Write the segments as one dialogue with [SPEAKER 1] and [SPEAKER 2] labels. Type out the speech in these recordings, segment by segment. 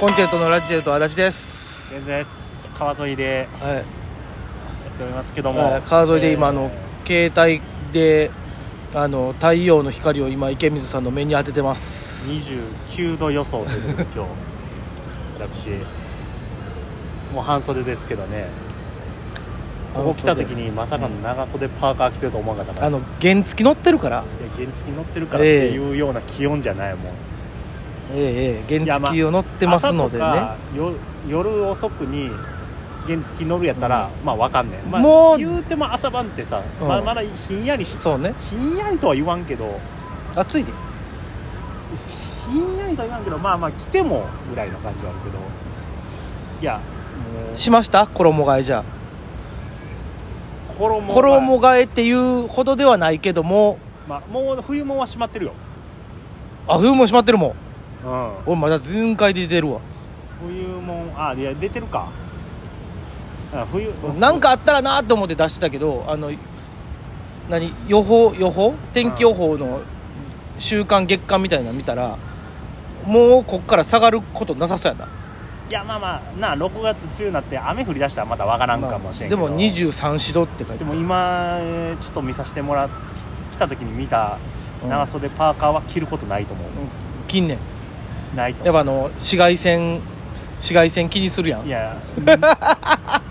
[SPEAKER 1] コンチェルトのラジェルト足立です、
[SPEAKER 2] 現在です川沿いで
[SPEAKER 1] はい
[SPEAKER 2] やっておりますけども、
[SPEAKER 1] はい、川沿いで今、
[SPEAKER 2] えー
[SPEAKER 1] あの携帯であの太陽の光を今池水さんの目に当ててます
[SPEAKER 2] 29度予想ということで今日私もう半袖ですけどねここ来た時にまさかの長袖パーカー着てると思わなかったか
[SPEAKER 1] あ
[SPEAKER 2] ら、
[SPEAKER 1] の原付乗ってるから
[SPEAKER 2] いや原付乗ってるからっていうような気温じゃないもん、
[SPEAKER 1] ええええ
[SPEAKER 2] いや
[SPEAKER 1] 原付を乗ってますのでね、
[SPEAKER 2] 朝とか夜夜遅くに原付乗るやったら、まあわかんねえ、まあ、
[SPEAKER 1] もう
[SPEAKER 2] 言うても朝晩ってさ、
[SPEAKER 1] うん
[SPEAKER 2] まあまだひんやりし
[SPEAKER 1] そうね
[SPEAKER 2] ひんやりとは言わんけど
[SPEAKER 1] 暑いで
[SPEAKER 2] ひんやりとは言わんけどまあまあ来てもぐらいの感じはあるけどいやもう
[SPEAKER 1] しました衣替えじゃあ
[SPEAKER 2] 衣が
[SPEAKER 1] 衣替えっていうほどではないけども
[SPEAKER 2] まあ、もう冬もんは閉まってるよ、
[SPEAKER 1] あ冬も閉まってるもん
[SPEAKER 2] うん、
[SPEAKER 1] 俺まだ全開で出てるわ
[SPEAKER 2] 冬もんあいや出てるかあ冬
[SPEAKER 1] なんかあったらなと思って出してたけどあの何予報予報天気予報の週間月間みたいなの見たらもうこっから下がることなさそうや
[SPEAKER 2] いやまあまあなあ6月梅雨になって雨降り出したらまたわから
[SPEAKER 1] なん
[SPEAKER 2] かもしれんけ
[SPEAKER 1] で
[SPEAKER 2] ど、
[SPEAKER 1] も23四度って書い
[SPEAKER 2] で
[SPEAKER 1] てあ
[SPEAKER 2] も
[SPEAKER 1] る
[SPEAKER 2] 今えーちょっと見させてもらっ来た時に見た
[SPEAKER 1] うん
[SPEAKER 2] 長袖パーカーは着ることないと思う、
[SPEAKER 1] 近年
[SPEAKER 2] ないと
[SPEAKER 1] や
[SPEAKER 2] 思
[SPEAKER 1] っぱあの紫外線紫外線気にするや
[SPEAKER 2] うんいや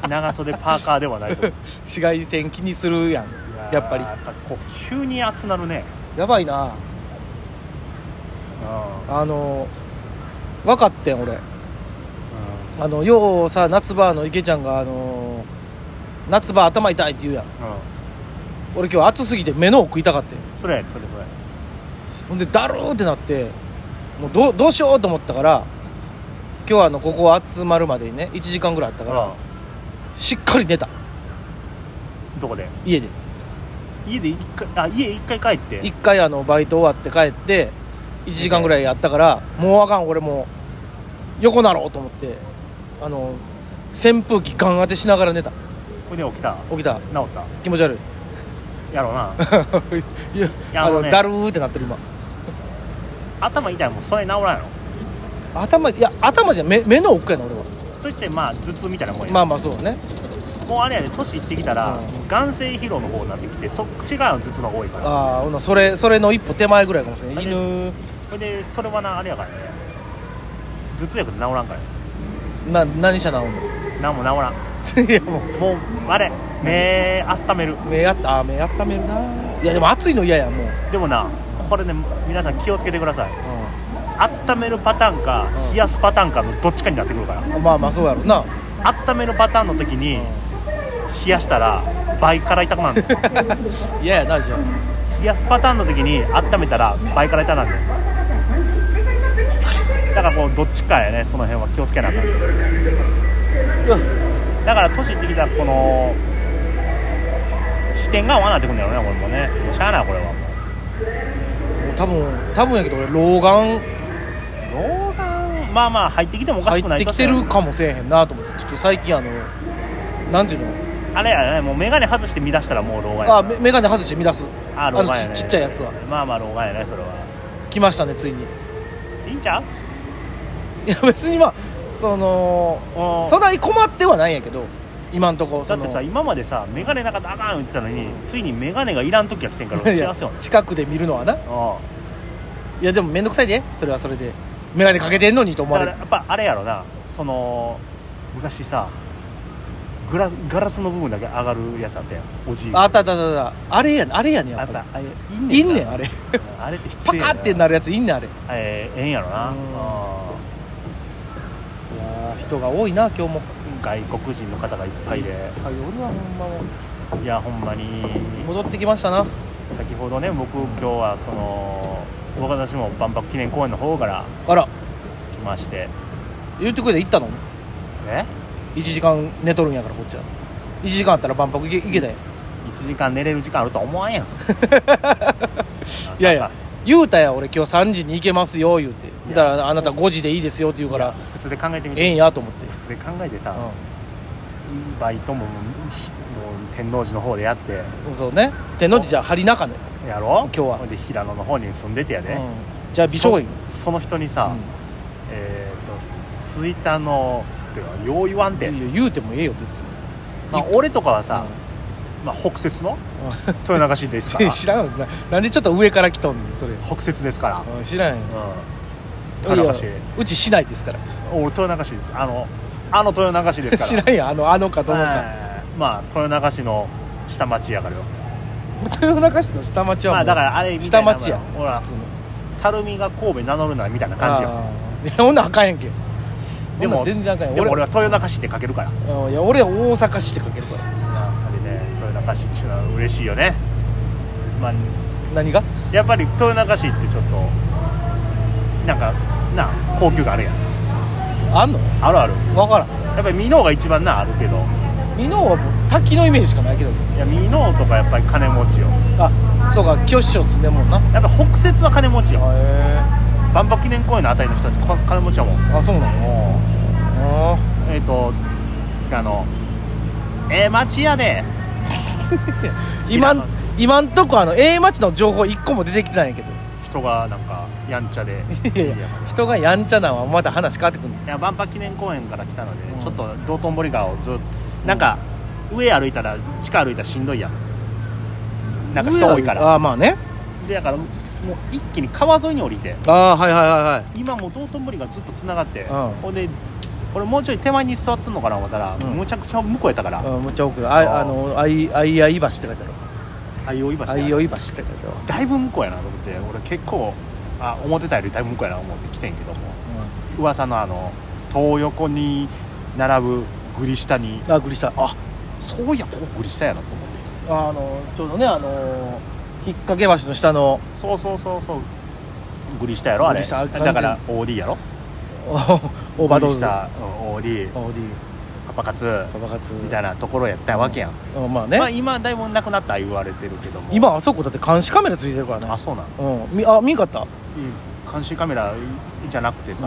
[SPEAKER 2] 長袖パーカーではないと思う
[SPEAKER 1] 紫外線気にするやん
[SPEAKER 2] いやー
[SPEAKER 1] やっぱり
[SPEAKER 2] やっぱこう急に暑なるね、
[SPEAKER 1] やばいな
[SPEAKER 2] う
[SPEAKER 1] あの分かってん俺
[SPEAKER 2] ん
[SPEAKER 1] あのようさ夏場の池ちゃんがあの夏場頭痛いって言うやん
[SPEAKER 2] う
[SPEAKER 1] 俺今日暑すぎて目の奥痛かってん
[SPEAKER 2] ん、それやでそれそれ
[SPEAKER 1] ほんでだるーってなってもうどうどうしようと思ったから今日はあのここ集まるまでにね1時間ぐらいあったから、しっかり寝た
[SPEAKER 2] うんどこで
[SPEAKER 1] 家で
[SPEAKER 2] 家で一回あ家一回帰って
[SPEAKER 1] 一回あのバイト終わって帰って1時間ぐらいやったからもうあかん俺もう横なろうと思ってあの扇風機ガン当てしながら寝た
[SPEAKER 2] これで起きた
[SPEAKER 1] 起きた
[SPEAKER 2] 治った
[SPEAKER 1] 気持ち悪い
[SPEAKER 2] やろうな
[SPEAKER 1] いや
[SPEAKER 2] や
[SPEAKER 1] あ
[SPEAKER 2] あ
[SPEAKER 1] の
[SPEAKER 2] のね
[SPEAKER 1] だるーってなってる今
[SPEAKER 2] 頭痛いもんそれ治らんやろ
[SPEAKER 1] 頭いや頭じゃん目目の奥やな俺は
[SPEAKER 2] それってまあ頭痛みたいなもんや、
[SPEAKER 1] まあまあそうね
[SPEAKER 2] もうあれやで年いってきたら、
[SPEAKER 1] うん
[SPEAKER 2] 眼性疲労の方になってきてそっち側の頭痛の方が多いから
[SPEAKER 1] ああほなそれそれの一歩手前ぐらいかもしれない
[SPEAKER 2] あれ
[SPEAKER 1] 犬
[SPEAKER 2] それでそれはなあれやからね頭痛薬治らんから
[SPEAKER 1] な何したなお
[SPEAKER 2] 何も治らん
[SPEAKER 1] 前 いやもう
[SPEAKER 2] もうあれ目温める
[SPEAKER 1] 目あったあー目あっためるないやでも暑いの嫌やもう、うん
[SPEAKER 2] でもなこれね皆さん気をつけてください温めるパターンか
[SPEAKER 1] うん
[SPEAKER 2] 冷やすパターンかのどっちかになってくるから
[SPEAKER 1] まあまあそうやろな、
[SPEAKER 2] 温めるパターンの時に冷やしたら倍から痛くなる の
[SPEAKER 1] 嫌やなじゃあ
[SPEAKER 2] 冷やすパターンの時に温めたら倍から痛くなるのだからこうどっちかやねその辺は気をつけなあかんだから年いってきたらこの視点が合わなってくるんだよねこれもねもうしゃあないこれはも
[SPEAKER 1] もう多分多分やけど俺老眼
[SPEAKER 2] う老眼まあまあ入ってきてもおか
[SPEAKER 1] 入
[SPEAKER 2] しくない
[SPEAKER 1] って
[SPEAKER 2] 年
[SPEAKER 1] きてるかもせえへんなと思ってちょっと最近あのなんていうの、
[SPEAKER 2] あれやねもう眼鏡外して見出したらもう老眼やな
[SPEAKER 1] あめ眼鏡外して乱す
[SPEAKER 2] あ老
[SPEAKER 1] の
[SPEAKER 2] 眼や
[SPEAKER 1] ち
[SPEAKER 2] ね
[SPEAKER 1] ちっちゃいやつは
[SPEAKER 2] まあまあ老眼やねそれは
[SPEAKER 1] 来ましたねついに
[SPEAKER 2] いいんちゃう
[SPEAKER 1] いや別にまあその
[SPEAKER 2] うん
[SPEAKER 1] そんなに困ってはないんやけど今んとこ
[SPEAKER 2] だ
[SPEAKER 1] そ
[SPEAKER 2] っ
[SPEAKER 1] の
[SPEAKER 2] てさ今までさ眼鏡なかったらあかん言ってたのについに眼鏡がいらん時が来てんから
[SPEAKER 1] い
[SPEAKER 2] 幸
[SPEAKER 1] や
[SPEAKER 2] せよね
[SPEAKER 1] 近くで見るのはな
[SPEAKER 2] う
[SPEAKER 1] いやでも面倒くさいでそれはそれで眼鏡かけてんのにと
[SPEAKER 2] ん
[SPEAKER 1] 思
[SPEAKER 2] だ
[SPEAKER 1] わ
[SPEAKER 2] から
[SPEAKER 1] れる
[SPEAKER 2] やっぱあれやろなその昔さグラスガラスの部分だけ上がるやつあったやんおじい
[SPEAKER 1] ああったあったあったあったあれやねあれやね
[SPEAKER 2] や
[SPEAKER 1] や
[SPEAKER 2] っ
[SPEAKER 1] っぱ
[SPEAKER 2] ぱあれい
[SPEAKER 1] りい
[SPEAKER 2] んね
[SPEAKER 1] んね
[SPEAKER 2] ん
[SPEAKER 1] ん
[SPEAKER 2] な
[SPEAKER 1] あれ
[SPEAKER 2] あれって失
[SPEAKER 1] パ
[SPEAKER 2] 礼
[SPEAKER 1] カってな
[SPEAKER 2] る
[SPEAKER 1] るやついんねんあれい
[SPEAKER 2] えーええんやろなう
[SPEAKER 1] うんやー人が多いな今日も
[SPEAKER 2] ん外国人の方がいっぱいで
[SPEAKER 1] はい俺はほんまも
[SPEAKER 2] いやほんまに
[SPEAKER 1] う戻ってきましたな
[SPEAKER 2] 先ほどね僕今日はその僕私も万博記念公園の方から
[SPEAKER 1] あら
[SPEAKER 2] 来まして
[SPEAKER 1] 言うてくれて行ったの
[SPEAKER 2] ね
[SPEAKER 1] 1時間寝とるんやからこっちは1時間あったら万博行け行けたよ
[SPEAKER 2] 1時間寝れる時間あるとは思わんやん
[SPEAKER 1] いやいや言うたやん俺今日3時に行けますよ言うて
[SPEAKER 2] いや
[SPEAKER 1] だからあなた5時でいいですよって言うから
[SPEAKER 2] 普通で考えてみ
[SPEAKER 1] ええん
[SPEAKER 2] て
[SPEAKER 1] やと思って、
[SPEAKER 2] 普通で考えてさ、
[SPEAKER 1] う
[SPEAKER 2] バイトももうひもう天王寺の方でやって
[SPEAKER 1] ん、そうね手の内じゃあ張り中ね、
[SPEAKER 2] やろ
[SPEAKER 1] 今日は
[SPEAKER 2] ほんで平野の方に住んでてやで、
[SPEAKER 1] うんじゃあ美少院
[SPEAKER 2] そその人にさ、
[SPEAKER 1] うん
[SPEAKER 2] えーっとす着いたのってかよう言わんで、
[SPEAKER 1] いや言うてもええよ別に
[SPEAKER 2] まあ、俺とかはさ、まあ、北雪の 豊中市ですか
[SPEAKER 1] うん
[SPEAKER 2] ら
[SPEAKER 1] 知らんわななんでちょっと上から来とんねんそれ
[SPEAKER 2] 北雪ですから、
[SPEAKER 1] うん知らんよ
[SPEAKER 2] うん、豊中市
[SPEAKER 1] いやうち市内ですから
[SPEAKER 2] 俺豊中市ですあのあの豊中市です
[SPEAKER 1] 知
[SPEAKER 2] から
[SPEAKER 1] んよあのあのかどう
[SPEAKER 2] ら
[SPEAKER 1] か
[SPEAKER 2] はいまあ豊中市の下町やからよ
[SPEAKER 1] 豊中市の下町は
[SPEAKER 2] ま
[SPEAKER 1] も
[SPEAKER 2] あ
[SPEAKER 1] う
[SPEAKER 2] だからあれみた
[SPEAKER 1] 下
[SPEAKER 2] いな
[SPEAKER 1] 町や
[SPEAKER 2] ほら
[SPEAKER 1] 普通の
[SPEAKER 2] 垂水が神戸名乗るなみたいな感じよ
[SPEAKER 1] じよほんならあかんやんけ
[SPEAKER 2] で
[SPEAKER 1] で
[SPEAKER 2] も
[SPEAKER 1] も全然あかんやん
[SPEAKER 2] でも俺
[SPEAKER 1] 俺
[SPEAKER 2] は豊中市って書けるから
[SPEAKER 1] うんいや俺は大阪市って書けるから
[SPEAKER 2] やっぱりね豊中市っていうのは嬉しいよねまあ
[SPEAKER 1] 何が
[SPEAKER 2] やっぱり豊中市ってちょっとなんかなあ高級があるやん
[SPEAKER 1] あんの
[SPEAKER 2] あるある
[SPEAKER 1] わからん
[SPEAKER 2] やっぱり箕面が一番なあるけど
[SPEAKER 1] 箕面はもう滝のイメージしかないけど
[SPEAKER 2] いや箕面とかやっぱり金持ちよ
[SPEAKER 1] あそうか清志町住んでるもんなへ
[SPEAKER 2] やっぱ北雪は金持ちよ
[SPEAKER 1] え
[SPEAKER 2] 万博記念公園のあたりの人たちこ金持ちやもん
[SPEAKER 1] あそうなのあ
[SPEAKER 2] えっ、とあのええ町やで
[SPEAKER 1] ー 今ん今んとこあの A 町の情報一個も出てきてないんやけど
[SPEAKER 2] 人がなんかやんちゃで
[SPEAKER 1] いやいや人がやんちゃなんはまた話変わってくる
[SPEAKER 2] いや万博記念公園から来たので、
[SPEAKER 1] うん
[SPEAKER 2] ちょっと道頓堀川をずっとなんか、上歩いたら地下歩いたらしんどいやんなんか人多いから
[SPEAKER 1] ああまあね
[SPEAKER 2] でだからもう一気に川沿いに降りて
[SPEAKER 1] ああはいはいは
[SPEAKER 2] 今もう道頓堀がずっとつながって、
[SPEAKER 1] うん
[SPEAKER 2] ほんで俺もうちょい手前に座ったのかな思ったら、
[SPEAKER 1] うん
[SPEAKER 2] むちゃくちゃ向こうやったから、
[SPEAKER 1] いはいうんむっちゃ奥だあ
[SPEAKER 2] あー
[SPEAKER 1] あのあいあいあい橋って書いてある
[SPEAKER 2] あいおい橋や
[SPEAKER 1] あいおい橋って書いてあるわ
[SPEAKER 2] だいぶ向こうやなと思って俺結構あ思ってたよりだいぶ向こうやな思って来てんけども噂のあの東横に並ぶグリ下に
[SPEAKER 1] うんあグリした
[SPEAKER 2] あそういやここグリ下やなと思って
[SPEAKER 1] あのちょうどねあの引っ掛け橋の下の
[SPEAKER 2] そうそうそうそうグリ下やろあれ
[SPEAKER 1] グリ下あ
[SPEAKER 2] だ
[SPEAKER 1] れ完
[SPEAKER 2] か
[SPEAKER 1] 全
[SPEAKER 2] ら OD やろ
[SPEAKER 1] おオーバ
[SPEAKER 2] グ
[SPEAKER 1] ードー
[SPEAKER 2] リ
[SPEAKER 1] ズ
[SPEAKER 2] 下、うん、OD
[SPEAKER 1] オーディ
[SPEAKER 2] パパ活
[SPEAKER 1] パパ活
[SPEAKER 2] みたいなところやったわけやん、
[SPEAKER 1] うんまあ
[SPEAKER 2] まあ
[SPEAKER 1] ね
[SPEAKER 2] 今だいぶなくなった言われてるけども
[SPEAKER 1] 今あそこだって監視カメラついてるからね
[SPEAKER 2] あそうなんい
[SPEAKER 1] うんみあ見んかった
[SPEAKER 2] い監視カメラじゃなくてさ、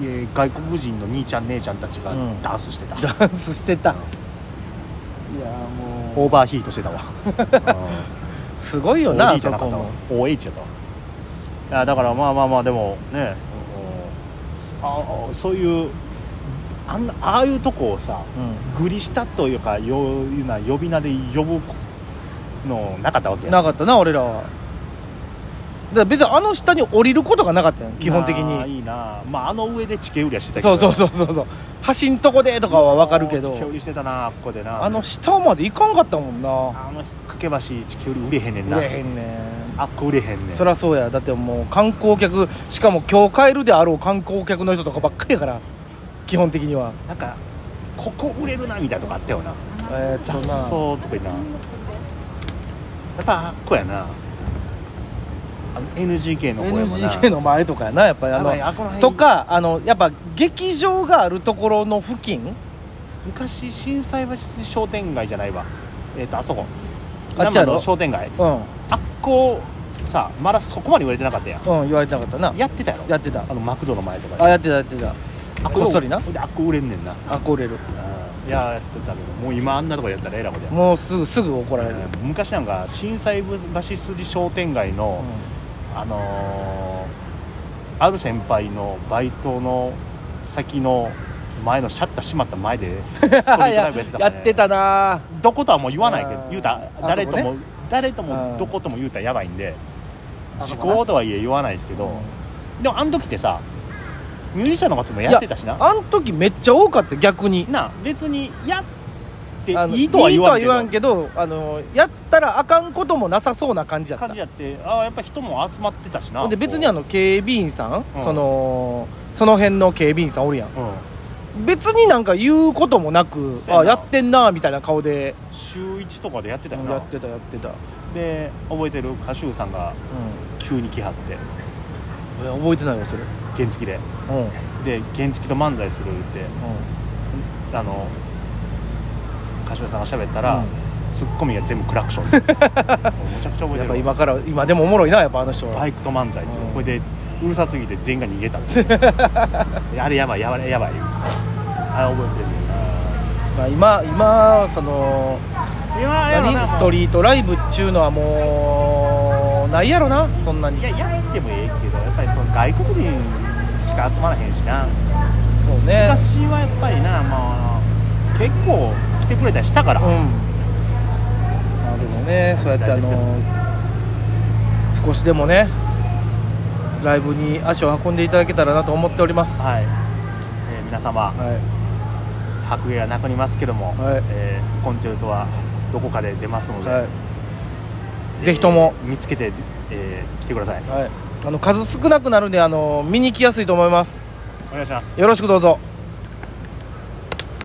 [SPEAKER 2] いや外国人の兄ちゃん姉ちゃんたちが
[SPEAKER 1] うん
[SPEAKER 2] ダンスしてた、
[SPEAKER 1] ダンスしてたいやも
[SPEAKER 2] オーバーヒートして たわ
[SPEAKER 1] うすごいよ
[SPEAKER 2] よ
[SPEAKER 1] な
[SPEAKER 2] な
[SPEAKER 1] あ
[SPEAKER 2] じ
[SPEAKER 1] そ
[SPEAKER 2] ゃなか
[SPEAKER 1] こ
[SPEAKER 2] ったわ
[SPEAKER 1] も
[SPEAKER 2] OH やったわいやだからまあまあまあでもねああそういうあんなああいうとこをさ
[SPEAKER 1] う
[SPEAKER 2] グリしたというかような呼び名で呼ぶのなかったわけ
[SPEAKER 1] ん
[SPEAKER 2] や
[SPEAKER 1] なかったな俺らはだから別にあの下に降りることがなかったよ基本的
[SPEAKER 2] ああ
[SPEAKER 1] に
[SPEAKER 2] いいなまああの上で地形売りはしてたけ
[SPEAKER 1] そ
[SPEAKER 2] ど
[SPEAKER 1] うそうそうそうそう走んとこでとかは分かるけ
[SPEAKER 2] 地
[SPEAKER 1] ど
[SPEAKER 2] 形売りしてたなここでな
[SPEAKER 1] あの下まで行かんかったもんな
[SPEAKER 2] あの引っ掛け橋地球売り売れへんねんな
[SPEAKER 1] 売れへんねん
[SPEAKER 2] あっこ売れへんねん
[SPEAKER 1] そりゃそうやだってもう観光客しかも今日帰るであろう観光客の人とかばっかりやから基本的には
[SPEAKER 2] なんかここ売れるなみたいなとこあったよな
[SPEAKER 1] えー、っ
[SPEAKER 2] 雑
[SPEAKER 1] と
[SPEAKER 2] 草
[SPEAKER 1] な
[SPEAKER 2] とかいなやっぱあっこやなあの NGK の方やもんな
[SPEAKER 1] NGK の前とかやなやっぱりあ
[SPEAKER 2] やばい
[SPEAKER 1] の
[SPEAKER 2] あこの辺
[SPEAKER 1] とかあのやっぱ劇場があるところの付近
[SPEAKER 2] 昔心斎橋商店街じゃないわえっ、とあそこ
[SPEAKER 1] あっちやろ
[SPEAKER 2] 生の商店街
[SPEAKER 1] うん
[SPEAKER 2] あっこさまだそこまで売れてなかったやん
[SPEAKER 1] うん言われてなかったな
[SPEAKER 2] やってたやろ
[SPEAKER 1] やってた
[SPEAKER 2] あのマクドの前とかで
[SPEAKER 1] あやってたやってた
[SPEAKER 2] あ
[SPEAKER 1] こっそりな
[SPEAKER 2] であっこ売れんねんな
[SPEAKER 1] あこれる
[SPEAKER 2] いややってたけどもう今あんなとこやったらえらいことや
[SPEAKER 1] もうすぐすぐ怒られる、
[SPEAKER 2] 昔なんか心斎橋筋商店街
[SPEAKER 1] う
[SPEAKER 2] の、
[SPEAKER 1] ん
[SPEAKER 2] あのーある先輩のバイトの先の前のシャッター閉まった前 でストリートライブやってたから、ね、
[SPEAKER 1] やってたな
[SPEAKER 2] どことはもう言わないけ
[SPEAKER 1] あ
[SPEAKER 2] ど
[SPEAKER 1] ー
[SPEAKER 2] 言うたら
[SPEAKER 1] あ
[SPEAKER 2] 誰と
[SPEAKER 1] そ
[SPEAKER 2] も、
[SPEAKER 1] こ
[SPEAKER 2] 誰と
[SPEAKER 1] う
[SPEAKER 2] も
[SPEAKER 1] ん
[SPEAKER 2] どことも言うたらやばいんで
[SPEAKER 1] あ
[SPEAKER 2] 時
[SPEAKER 1] そこな
[SPEAKER 2] 効とはいえ言わないですけど、でもあの時ってさミュージシャンの方もやってたしな
[SPEAKER 1] あん時めっちゃ多かった逆に
[SPEAKER 2] なあ別にやって
[SPEAKER 1] あの
[SPEAKER 2] いいとは言わんけど
[SPEAKER 1] いいとは言わんけどあのやったらあかんこともなさそうな感じやった
[SPEAKER 2] 感じやってああやっぱ人も集まってたしな
[SPEAKER 1] ほんで別にあ
[SPEAKER 2] の
[SPEAKER 1] の警備員さん、
[SPEAKER 2] うん
[SPEAKER 1] そのその辺の警備員さんおるやん
[SPEAKER 2] うん
[SPEAKER 1] 別になんか言うこともなく
[SPEAKER 2] そうや
[SPEAKER 1] あ
[SPEAKER 2] な
[SPEAKER 1] やってんなみたいな顔で
[SPEAKER 2] 週1とかでやってたよな
[SPEAKER 1] やってたやってた、うん
[SPEAKER 2] で覚えてる歌手さんが急に来はって
[SPEAKER 1] え、覚えてないわそれ
[SPEAKER 2] 原付で
[SPEAKER 1] うんうん
[SPEAKER 2] で原付と漫才するってあの歌手さんが喋ったら、ツッコミが全部クラ クションもうむちゃくちゃ覚え
[SPEAKER 1] やってぱ
[SPEAKER 2] るわ
[SPEAKER 1] 今から今でもおもろいなやっぱあの人は
[SPEAKER 2] バイクと漫才って
[SPEAKER 1] うん
[SPEAKER 2] これでうるさすぎて全員が逃げたん ですよあれやばいやばいやばい言うてたあれ覚えてるんだよ
[SPEAKER 1] まあ今今その
[SPEAKER 2] な今あれは
[SPEAKER 1] 何ストリートライブっちゅうのはもうないやろなそんなに
[SPEAKER 2] いややってもええけどやっぱりその外国人しか集まらへんしな
[SPEAKER 1] そうね
[SPEAKER 2] 昔はやっぱりな、まあ、結構来てくれたりしたから、
[SPEAKER 1] うんまあでもねそうやってあの少しでもねライブに足を運んでいただけたらなと思っております
[SPEAKER 2] はい、えー皆様
[SPEAKER 1] はい
[SPEAKER 2] 白芸はなくなりますけども、
[SPEAKER 1] はい
[SPEAKER 2] えーコンチェルトはどこかで出ますので、
[SPEAKER 1] は
[SPEAKER 2] えー
[SPEAKER 1] いぜひとも
[SPEAKER 2] 見つけて、えー来てください
[SPEAKER 1] い、はい、あの数少なくなるんであの見に来やすいと思います
[SPEAKER 2] お願いします
[SPEAKER 1] よろしくどうぞ